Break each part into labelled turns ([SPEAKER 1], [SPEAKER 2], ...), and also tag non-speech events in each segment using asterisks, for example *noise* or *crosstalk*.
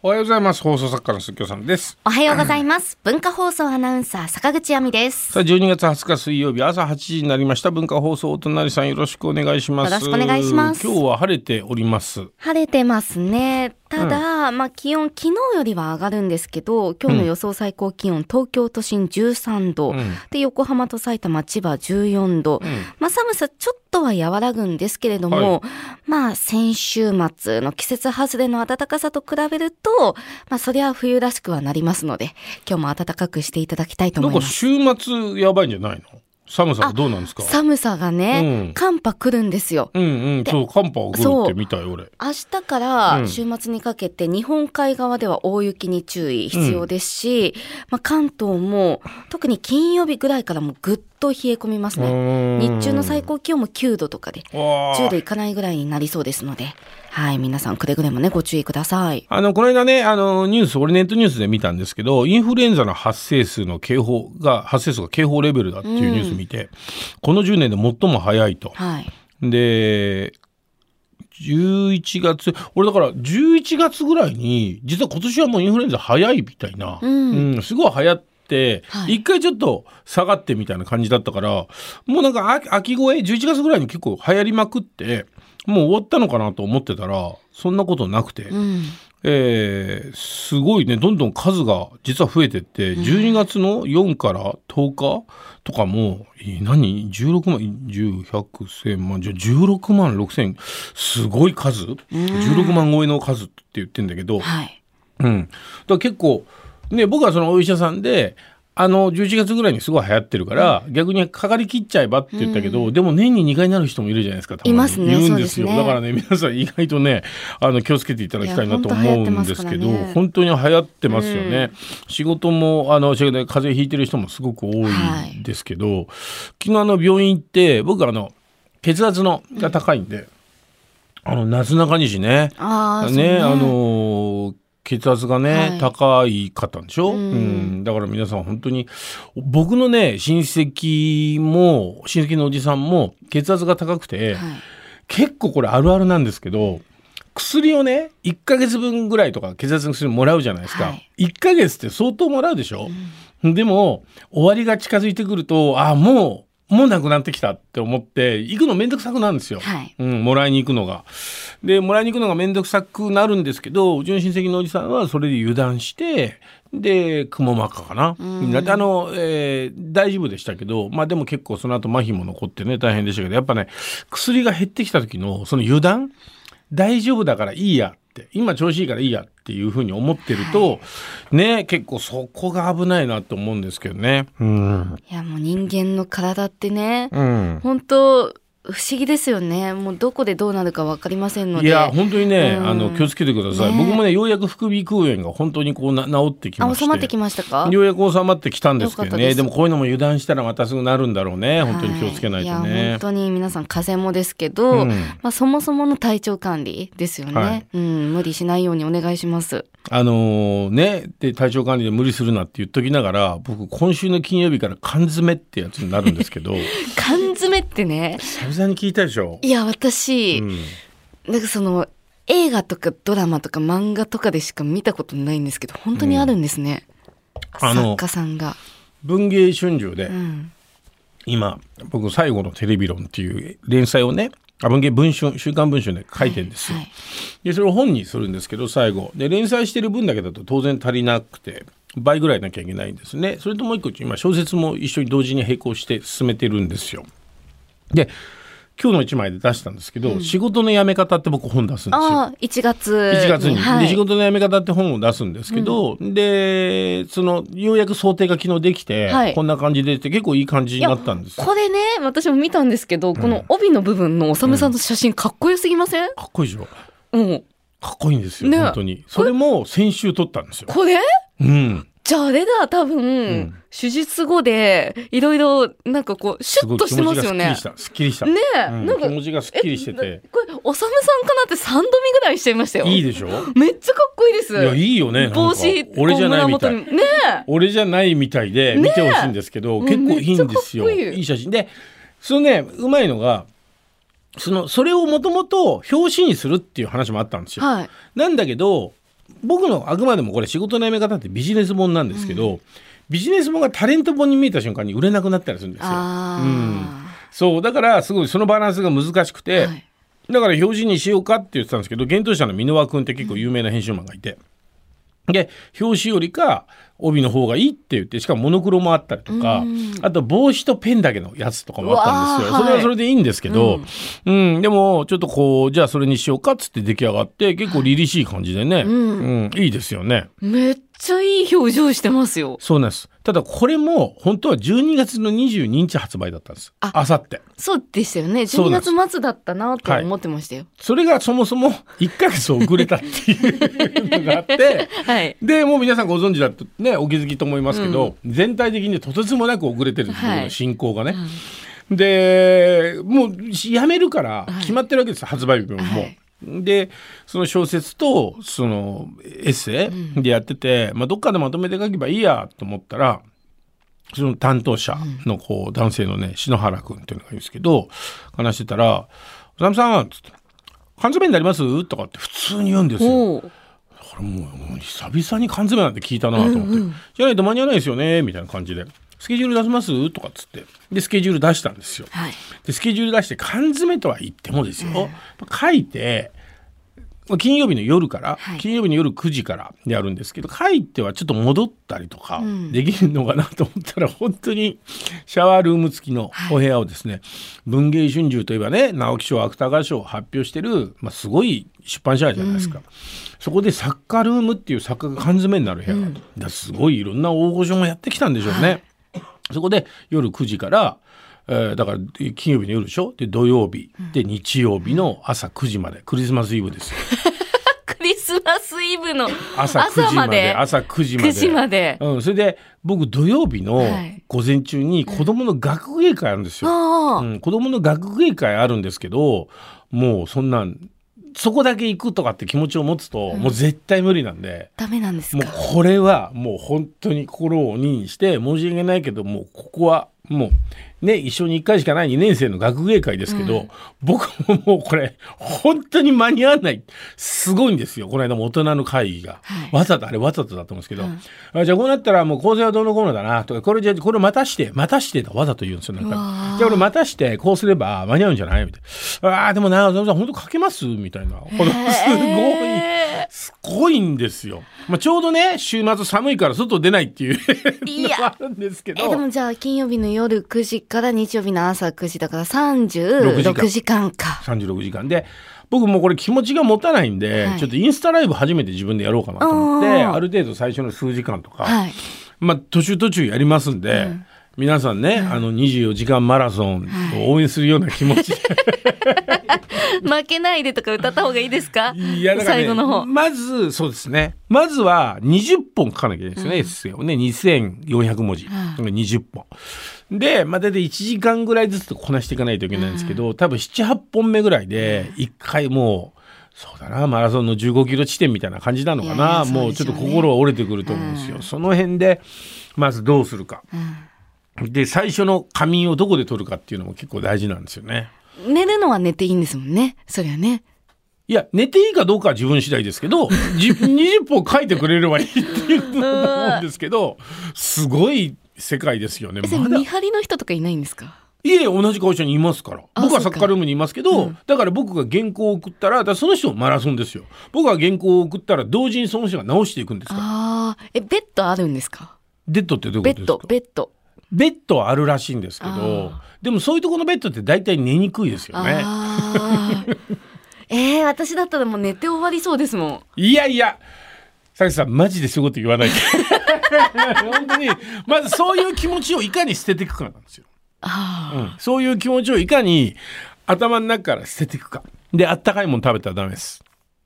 [SPEAKER 1] おはようございます。放送作家の鈴木おさんです。
[SPEAKER 2] おはようござ
[SPEAKER 1] *clears throat*
[SPEAKER 2] います。文化放送アナウンサー坂口亜美です。
[SPEAKER 1] さあ、12月20日水曜日朝8時になりました。文化放送お隣さんよろしくお願いします。
[SPEAKER 2] よろしくお願いします
[SPEAKER 1] 今日は晴れております。
[SPEAKER 2] 晴れてますね。ただ、まあ気温昨日よりは上がるんですけど、今日の予想最高気温、東京都心13度、で横浜と埼玉千葉14度、まあ寒さちょっとは和らぐんですけれども、まあ先週末の季節外れの暖かさと比べると、まあそりゃ冬らしくはなりますので、今日も暖かくしていただきたいと
[SPEAKER 1] なん
[SPEAKER 2] 思い
[SPEAKER 1] か
[SPEAKER 2] ます。
[SPEAKER 1] 週末やばいんじゃないの寒さはどうなんですか
[SPEAKER 2] 寒さがね、
[SPEAKER 1] うん
[SPEAKER 2] 寒波来るんですよ。
[SPEAKER 1] うんうん、そう、寒波が来るってみたい、俺。
[SPEAKER 2] 明日か
[SPEAKER 1] うん
[SPEAKER 2] ら週末にかけて日本海側では大雪に注意必要ですし、まあ、関東も特に金曜日ぐらいからもうぐっと冷え込みます
[SPEAKER 1] う
[SPEAKER 2] ね。
[SPEAKER 1] ーん
[SPEAKER 2] 日中の最高気温も9度とかで、
[SPEAKER 1] わあ
[SPEAKER 2] 10度いかないぐらいになりそうですので、はい、皆さんくれぐれもね、ご注意ください。
[SPEAKER 1] あの、この間ね、あの、ニュース、俺ネットニュースで見たんですけど、インフルエンザの発生数の警報が、発生数が警報レベルだっていうニュース見て、この10年で最も早いと。
[SPEAKER 2] はい。
[SPEAKER 1] で、11月、俺だから11月ぐらいに、実は今年はもうインフルエンザ早いみたいな、
[SPEAKER 2] うん
[SPEAKER 1] んすごい流行って、
[SPEAKER 2] はい
[SPEAKER 1] 一回ちょっと下がってみたいな感じだったから、もうなんか秋秋越え、11月ぐらいに結構流行りまくって、もう終わったのかなと思ってたら、そんなことなくて、
[SPEAKER 2] うん。
[SPEAKER 1] えーすごいね、どんどん数が実は増えてって、12月の4から10日とかも、えー何 ?16 万、10、100、1000万、じゃあ16万6千、すごい数 ?16 万超えの数って言ってんだけど、
[SPEAKER 2] はい。
[SPEAKER 1] うん。だから結構、ね、僕はそのお医者さんで、あの、11月ぐらいにすごい流行ってるから、逆にかかりきっちゃえばって言ったけど、でも年に2回なる人もいるじゃないですか、たまに
[SPEAKER 2] いますね
[SPEAKER 1] いるんですよ。
[SPEAKER 2] そうですね
[SPEAKER 1] だからね、皆さん意外とね、あの、気をつけていただきたいない
[SPEAKER 2] や
[SPEAKER 1] と思
[SPEAKER 2] 本当流行って
[SPEAKER 1] うん
[SPEAKER 2] ま
[SPEAKER 1] ですす
[SPEAKER 2] か
[SPEAKER 1] け
[SPEAKER 2] ら
[SPEAKER 1] ど、
[SPEAKER 2] ね
[SPEAKER 1] 本当に流行ってますよね。仕事も、あの、仕事で風邪ひいてる人もすごく多いんですけど、昨日あの、病院行って、僕あの、血圧のが高いんで、あの、なすなかにしね、
[SPEAKER 2] ああ、
[SPEAKER 1] ね、
[SPEAKER 2] そう
[SPEAKER 1] あのー血圧がね、
[SPEAKER 2] はい
[SPEAKER 1] 高い方でしょ、う
[SPEAKER 2] うんん
[SPEAKER 1] だから皆さん本当に僕のね親戚も親戚のおじさんも血圧が高くて、
[SPEAKER 2] はい。
[SPEAKER 1] 結構これあるあるなんですけど薬をね1ヶ月分ぐらいとか血圧の薬もらうじゃないですか、
[SPEAKER 2] はい
[SPEAKER 1] 1ヶ月って相当もらうでしょ、でも終わりが近づいてくるとあもうもうなくなってきたって思って行くのめんどくさくなるんですよ、
[SPEAKER 2] はい。
[SPEAKER 1] うん、もらいに行くのが。で、もらいに行くのがめんどくさくなるんですけど、うちの親戚のおじさんはそれで油断して、で、くも膜下かな。
[SPEAKER 2] うん
[SPEAKER 1] だってあの、えー大丈夫でしたけど、まあでも結構その後麻痺も残ってね、大変でしたけど、やっぱね、薬が減ってきた時のその油断、大丈夫だからいいやって、今調子いいからいいやっていうふうに思ってると、ね、結構そこが危ないなと思うんですけどね。うん。
[SPEAKER 2] いや、もう人間の体ってね、
[SPEAKER 1] うん。
[SPEAKER 2] 本当不思議ですよね。もうどこでどうなるかわかりませんの
[SPEAKER 1] い
[SPEAKER 2] で。
[SPEAKER 1] や本当にね、
[SPEAKER 2] うん
[SPEAKER 1] あの気をつけてください、
[SPEAKER 2] ね
[SPEAKER 1] 僕もねようやく副鼻腔炎が本当にこうな治ってきま
[SPEAKER 2] あ、
[SPEAKER 1] して
[SPEAKER 2] 収まってきましたか
[SPEAKER 1] ようやく収まってきたんですけど
[SPEAKER 2] よかった
[SPEAKER 1] ね
[SPEAKER 2] で
[SPEAKER 1] ですもこういうのも油断したらまたすぐなるんだろうね本当に気をつけないと
[SPEAKER 2] はい、いや
[SPEAKER 1] ね
[SPEAKER 2] 本、当に皆さん風邪もですけど、
[SPEAKER 1] うん
[SPEAKER 2] まあ、そもそもの体調管理ですよね、
[SPEAKER 1] はい
[SPEAKER 2] うん、無理しないようにお願いします
[SPEAKER 1] あのーねで体調管理で無理するなって言っときながら僕今週の金曜日から缶詰ってやつになるんですけ
[SPEAKER 2] *laughs*
[SPEAKER 1] ど
[SPEAKER 2] 缶詰ってね
[SPEAKER 1] 久々に聞いたでしょ、
[SPEAKER 2] いや私、
[SPEAKER 1] うん
[SPEAKER 2] なんかその映画とかドラマとか漫画とかでしか見たことないんですけど本当にあるんですね、
[SPEAKER 1] あの
[SPEAKER 2] 作家さんが、
[SPEAKER 1] 文芸春秋で、
[SPEAKER 2] うん、
[SPEAKER 1] 今僕最後のテレビ論っていう連載をねあ文芸文春週刊文春で書いてんですよ、
[SPEAKER 2] はい
[SPEAKER 1] でそれを本にするんですけど最後で連載してる分だけだと当然足りなくて倍ぐらいなきゃいけないんですねそれともう一個今小説も一緒に同時に並行して進めてるんですよで今日の一枚で出したんですけど、仕事の辞め方って僕本出すんですよ
[SPEAKER 2] ああ1月に
[SPEAKER 1] 1月に、
[SPEAKER 2] は
[SPEAKER 1] で
[SPEAKER 2] い、
[SPEAKER 1] 仕事の辞め方って本を出すんですけど、でそのようやく想定が昨日できて、
[SPEAKER 2] はい
[SPEAKER 1] こんな感じでって結構いい感じになったんですよ
[SPEAKER 2] これね私も見たんですけど、この帯の部分のおさむさんの写真かっこよすぎません、
[SPEAKER 1] かっこいいでしょ
[SPEAKER 2] うん、
[SPEAKER 1] かっこいいんですよ、
[SPEAKER 2] ね
[SPEAKER 1] 本当にそれも先週撮ったんですよ、
[SPEAKER 2] これ
[SPEAKER 1] うん、
[SPEAKER 2] じゃああれだ、多分、
[SPEAKER 1] ん
[SPEAKER 2] 手術後で、いろいろ、なんかこう、シ
[SPEAKER 1] す
[SPEAKER 2] ュ
[SPEAKER 1] ご
[SPEAKER 2] ッ
[SPEAKER 1] い
[SPEAKER 2] としてますよ
[SPEAKER 1] 気持
[SPEAKER 2] ね。
[SPEAKER 1] ちがすっきりしたすっきりした、
[SPEAKER 2] ねえ、
[SPEAKER 1] うん
[SPEAKER 2] なんか、
[SPEAKER 1] 気持ちがすっきりしてて
[SPEAKER 2] えこれ、おさむさんかなって3度見ぐらいしちゃいましたよ。
[SPEAKER 1] いいでしょい
[SPEAKER 2] めっちゃかっこいいです。
[SPEAKER 1] やいいよねなんか
[SPEAKER 2] 帽子、
[SPEAKER 1] 俺じゃないみ
[SPEAKER 2] こ
[SPEAKER 1] た
[SPEAKER 2] う
[SPEAKER 1] い
[SPEAKER 2] 胸元にね
[SPEAKER 1] 俺じゃないみたいで見てほしいんですけど、
[SPEAKER 2] ねえ
[SPEAKER 1] 結構いいんですよ
[SPEAKER 2] めっちゃかっこいい
[SPEAKER 1] 写真でそのねうまいのがそのそれをもともと表紙にするっていう話もあったんです
[SPEAKER 2] え
[SPEAKER 1] よ、
[SPEAKER 2] はい。
[SPEAKER 1] なんだけど僕のあくまでもこれ仕事のやめ方ってビジネス本なんですけど、ビジネス本がタレント本に見えた瞬間に売れなくなったりするんですよ。うん
[SPEAKER 2] あ
[SPEAKER 1] そうだからすごいそのバランスが難しく
[SPEAKER 2] あ、
[SPEAKER 1] て、
[SPEAKER 2] はい
[SPEAKER 1] だから表示にしようかって言ってたんですけど幻冬舎の箕輪君って結構有名な編集マンがいて。で表紙よりか帯の方がいいって言ってしかもモノクロもあったりとか
[SPEAKER 2] うん
[SPEAKER 1] あと帽子とペンだけのやつとかもあったんですよ
[SPEAKER 2] うわー
[SPEAKER 1] それ
[SPEAKER 2] は
[SPEAKER 1] はいそれでいいんですけど、うんでもちょっとこうじゃあそれにしようかっつって出来上がって結構凛々しい感じでね、
[SPEAKER 2] うん
[SPEAKER 1] うんいいですよね
[SPEAKER 2] めっちゃいい表情してますよ。
[SPEAKER 1] そうなんですただこれも本当は12月の22日発売だったんです
[SPEAKER 2] あ
[SPEAKER 1] あさって
[SPEAKER 2] そうでしたよね。
[SPEAKER 1] そう
[SPEAKER 2] 12
[SPEAKER 1] なんです
[SPEAKER 2] 月末だったなって思ってましたよ。
[SPEAKER 1] それがそもそも1ヶ月遅れたっていうのがあって
[SPEAKER 2] はい。
[SPEAKER 1] でもう皆さんご存知だとねお気づきと思いますけど、全体的にとてつもなく遅れてるんですよ、
[SPEAKER 2] はい
[SPEAKER 1] 進行がね。でもうしやめるから
[SPEAKER 2] はい
[SPEAKER 1] 決まってるわけです、発売日も。
[SPEAKER 2] はい
[SPEAKER 1] でその小説とそのエッセイでやってて、まあ、どっかでまとめて書けばいいやと思ったらその担当者のこう男性のね篠原君っていうのがいるんですけど話してたら「おさむさん」つって「缶詰になります?」とかって普通に言うんですよ。
[SPEAKER 2] おー
[SPEAKER 1] これもうもう久々に缶詰なんて聞いたなと思って、じゃないと間に合わないですよねみたいな感じで「スケジュール出せます?」とかっつってでスケジュール出したんですよ。
[SPEAKER 2] はい。
[SPEAKER 1] でスケジュール出して缶詰とは言ってもですよ、書いて金曜日の夜から、
[SPEAKER 2] はい
[SPEAKER 1] 金曜日の夜9時からやるんですけど書いてはちょっと戻ったりとか
[SPEAKER 2] うん
[SPEAKER 1] できるのかなと思ったら、本当にシャワールーム付きのお部屋をですね、文藝春秋といえばね直木賞芥川賞を発表してる、まあ、すごい出版社じゃないですか、そこで作家ルームっていう作家が缶詰になる部屋があって、だからすごいいろんな大御所もやってきたんでしょうね。
[SPEAKER 2] はい
[SPEAKER 1] そこで夜9時から、えーだからえー金曜日の夜でしょで土曜日で日曜日の朝9時までクリスマスイブですよ
[SPEAKER 2] クリスマスイブの
[SPEAKER 1] 朝9時まで朝9時まで
[SPEAKER 2] 9時まで。
[SPEAKER 1] うん、それで僕土曜日の
[SPEAKER 2] はい
[SPEAKER 1] 午前中に子供の学芸会あるんですよ、
[SPEAKER 2] ああ、
[SPEAKER 1] うん、子供の学芸会あるんですけどもうそんなんそこだけ行くとかって気持ちを持つと、もう絶対無理なんで。
[SPEAKER 2] ダメなんです
[SPEAKER 1] もう
[SPEAKER 2] か。
[SPEAKER 1] これはもう本当に心を鬼にして申し訳ないけどもうここはもうね一緒に1回しかない2年生の学芸会ですけど、
[SPEAKER 2] うん
[SPEAKER 1] 僕ももうこれ本当に間に合わないすごいんですよこの間も大人の会議が、
[SPEAKER 2] はい
[SPEAKER 1] わざとあれわざとだと思うんですけど、
[SPEAKER 2] うん
[SPEAKER 1] あじゃあこうなったらもう構成はどうのこうのだなとかこれじゃこれまたしてまたしてとわざと言うんですよなんか
[SPEAKER 2] うわー
[SPEAKER 1] じゃあ俺またしてこうすれば間に合うんじゃないみたいなあーでもなそれじゃ本当書けますみたいなこ *laughs* のすごい。
[SPEAKER 2] へ
[SPEAKER 1] すごいんですよ。まあ、ちょうどね、週末寒いから外出ないっていう
[SPEAKER 2] *laughs* い
[SPEAKER 1] の
[SPEAKER 2] や
[SPEAKER 1] もあるんですけ
[SPEAKER 2] ーえで
[SPEAKER 1] ど。
[SPEAKER 2] もじゃあ金曜日の夜9時から日曜日の朝9時だから
[SPEAKER 1] 六時間
[SPEAKER 2] 36時間か。
[SPEAKER 1] 36時間で、僕もうこれ気持ちが持たないんで、
[SPEAKER 2] はい
[SPEAKER 1] ちょっとインスタライブ初めて自分でやろうかなと思って、
[SPEAKER 2] あー
[SPEAKER 1] ある程度最初の数時間とか、
[SPEAKER 2] はい。
[SPEAKER 1] まあ、途中途中やりますんで、
[SPEAKER 2] うん
[SPEAKER 1] 皆さんね、あの24時間マラソンを応援するような気持ちで、
[SPEAKER 2] *laughs* 負けないでとか歌った方がいいですか
[SPEAKER 1] いやだからね
[SPEAKER 2] 最後の方。
[SPEAKER 1] まずそうですねまずは20本書かなきゃいけないですね、エッセイをね2400文字、
[SPEAKER 2] う
[SPEAKER 1] 20本でまあ大体1時間ぐらいずつこなしていかないといけないんですけど、多分78本目ぐらいで1回もうそうだなマラソンの15キロ地点みたいな感じなのか
[SPEAKER 2] いやい
[SPEAKER 1] な
[SPEAKER 2] やそうでしょうね
[SPEAKER 1] もうちょっと心は折れてくると思うんですよ、その辺でまずどうするかで最初の仮眠をどこで取るかっていうのも結構大事なんですよね。
[SPEAKER 2] うん寝るのは寝ていいんですもんね。そりゃね。
[SPEAKER 1] いや、寝ていいかどうかは自分次第ですけ
[SPEAKER 2] *laughs*
[SPEAKER 1] ど、じ20本書いてくれればいいっていうことだと思うんですけど、すごい世界ですよね。
[SPEAKER 2] えそれ
[SPEAKER 1] まだ
[SPEAKER 2] 見。張りの人とかいないんですか。
[SPEAKER 1] いえ、同じ会社にいますから。
[SPEAKER 2] あ
[SPEAKER 1] 僕は
[SPEAKER 2] そ
[SPEAKER 1] サ
[SPEAKER 2] っ
[SPEAKER 1] ッ
[SPEAKER 2] か
[SPEAKER 1] カールームにいますけど、だから僕が原稿を送ったら、だからその人もマラソンですよ。僕が原稿を送ったら、同時にその人が直していくんですから。
[SPEAKER 2] ああ、えベッドあるんですか。
[SPEAKER 1] ベッドってどうい
[SPEAKER 2] ベ
[SPEAKER 1] うことです
[SPEAKER 2] ッド
[SPEAKER 1] か
[SPEAKER 2] ベッド。
[SPEAKER 1] ベッドはあるらしいんですけ
[SPEAKER 2] あ
[SPEAKER 1] ど、でもそういうところのベッドって大体寝にくいですよね。
[SPEAKER 2] ああ。えー、私だったらもう寝て終わりそうですもん。
[SPEAKER 1] いやいや、佐々木さん、マジでそういうこと言わ *laughs* ないで。本当に、まずそういう気持ちをいかに捨てていくかなんですよ。
[SPEAKER 2] あ
[SPEAKER 1] うんそういう気持ちをいかに頭の中から捨てていくか。で、あったかいもの食べたらダメです。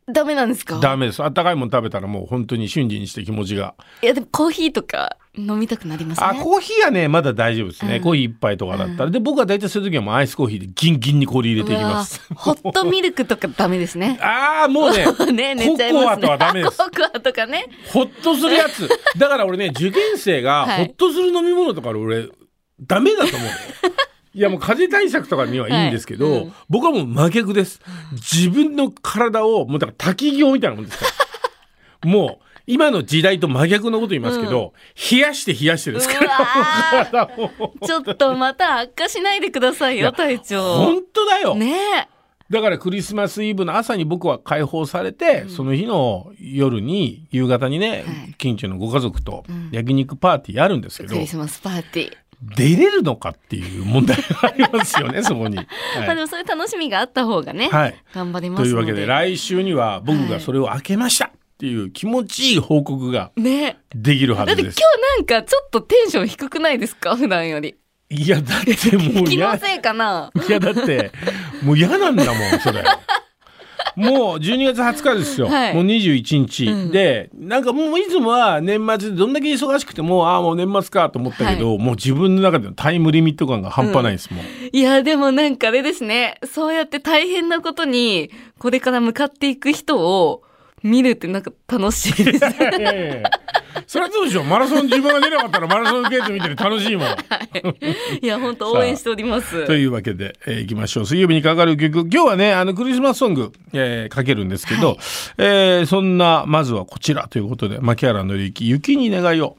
[SPEAKER 2] あ、ダメなんですか。
[SPEAKER 1] ダメです。あったかいもの食べたらもう本当に瞬時にして気持ちが。
[SPEAKER 2] いやでもコーヒーとか飲みたくなりますね。
[SPEAKER 1] あ、コーヒーはね、まだ大丈夫ですね。
[SPEAKER 2] うん
[SPEAKER 1] コーヒー一杯とかだったら。で、僕は大体そういう時はもうアイスコーヒーでギンギンに氷入れていきます。
[SPEAKER 2] うわホットミルクとかダメですね。、
[SPEAKER 1] ああ、もうね
[SPEAKER 2] *laughs* ね、寝ちゃい
[SPEAKER 1] ココ
[SPEAKER 2] ま
[SPEAKER 1] ア
[SPEAKER 2] す
[SPEAKER 1] と
[SPEAKER 2] ね。
[SPEAKER 1] はダメです
[SPEAKER 2] あ。ココアとかね。
[SPEAKER 1] ほっとするや
[SPEAKER 2] *laughs*
[SPEAKER 1] つ。だから俺ね、受験生が
[SPEAKER 2] は
[SPEAKER 1] ほ
[SPEAKER 2] い
[SPEAKER 1] っとする飲み物とか俺、ダメだと
[SPEAKER 2] *laughs*
[SPEAKER 1] 思うの。いやもう風邪対策とかにはいいんですけど、
[SPEAKER 2] はいうん
[SPEAKER 1] 僕はもう真逆です。自分の体を、もうだから滝行みたいなもんですから。
[SPEAKER 2] *laughs*
[SPEAKER 1] もう今の時代と真逆のこと言いますけど、冷やして冷やしてですから
[SPEAKER 2] う
[SPEAKER 1] 体を
[SPEAKER 2] ちょっとまた悪化しないでください
[SPEAKER 1] いや
[SPEAKER 2] よ、隊長。
[SPEAKER 1] 本当だよ、
[SPEAKER 2] ねえ。
[SPEAKER 1] だからクリスマスイブの朝に僕は解放されて、その日の夜に夕方にね、
[SPEAKER 2] はい
[SPEAKER 1] 近所のご家族と
[SPEAKER 2] うん
[SPEAKER 1] 焼肉パーティーやるんですけど、
[SPEAKER 2] クリスマスパーティー。
[SPEAKER 1] 出れるのかっていう問題がありますよ
[SPEAKER 2] *laughs*
[SPEAKER 1] ねそこに。は
[SPEAKER 2] まあ
[SPEAKER 1] い
[SPEAKER 2] でもそういう楽しみがあった方がね、
[SPEAKER 1] はい
[SPEAKER 2] 頑張りま
[SPEAKER 1] と
[SPEAKER 2] すの
[SPEAKER 1] い
[SPEAKER 2] で。
[SPEAKER 1] うわけで来週には僕がそれを開けましたっていう気持ちいい報告が
[SPEAKER 2] ねえ。
[SPEAKER 1] できるは
[SPEAKER 2] だ
[SPEAKER 1] ず
[SPEAKER 2] って今
[SPEAKER 1] です
[SPEAKER 2] 日。なんかちょっとテンション低くないですか普段より。
[SPEAKER 1] いやだってもう
[SPEAKER 2] 気の
[SPEAKER 1] や
[SPEAKER 2] せいかな。
[SPEAKER 1] いやだってもう嫌なんだもんそれ。もう12月20日ですよ、
[SPEAKER 2] はい
[SPEAKER 1] もう21日、
[SPEAKER 2] うん
[SPEAKER 1] でなんかもういつもは年末でどんだけ忙しくてもああもう年末かと思ったけど、もう自分の中でのタイムリミット感が半端ないです、もう
[SPEAKER 2] いや、でもなんかあれですね。そうやって大変なことに、これから向かっていく人を見るってなんか楽しいです。
[SPEAKER 1] いやいやいや *laughs* それはどうでしょうマラソン自分が出なかったらマラソンゲート見てる楽しいもん。
[SPEAKER 2] いや、本当応援しております。
[SPEAKER 1] というわけで、えー、いきましょう水曜日にかかる曲今日はねあのクリスマスソング、えー、かけるんですけど、
[SPEAKER 2] はい
[SPEAKER 1] えーそんなまずはこちらということで牧原紀之「雪に願いを」。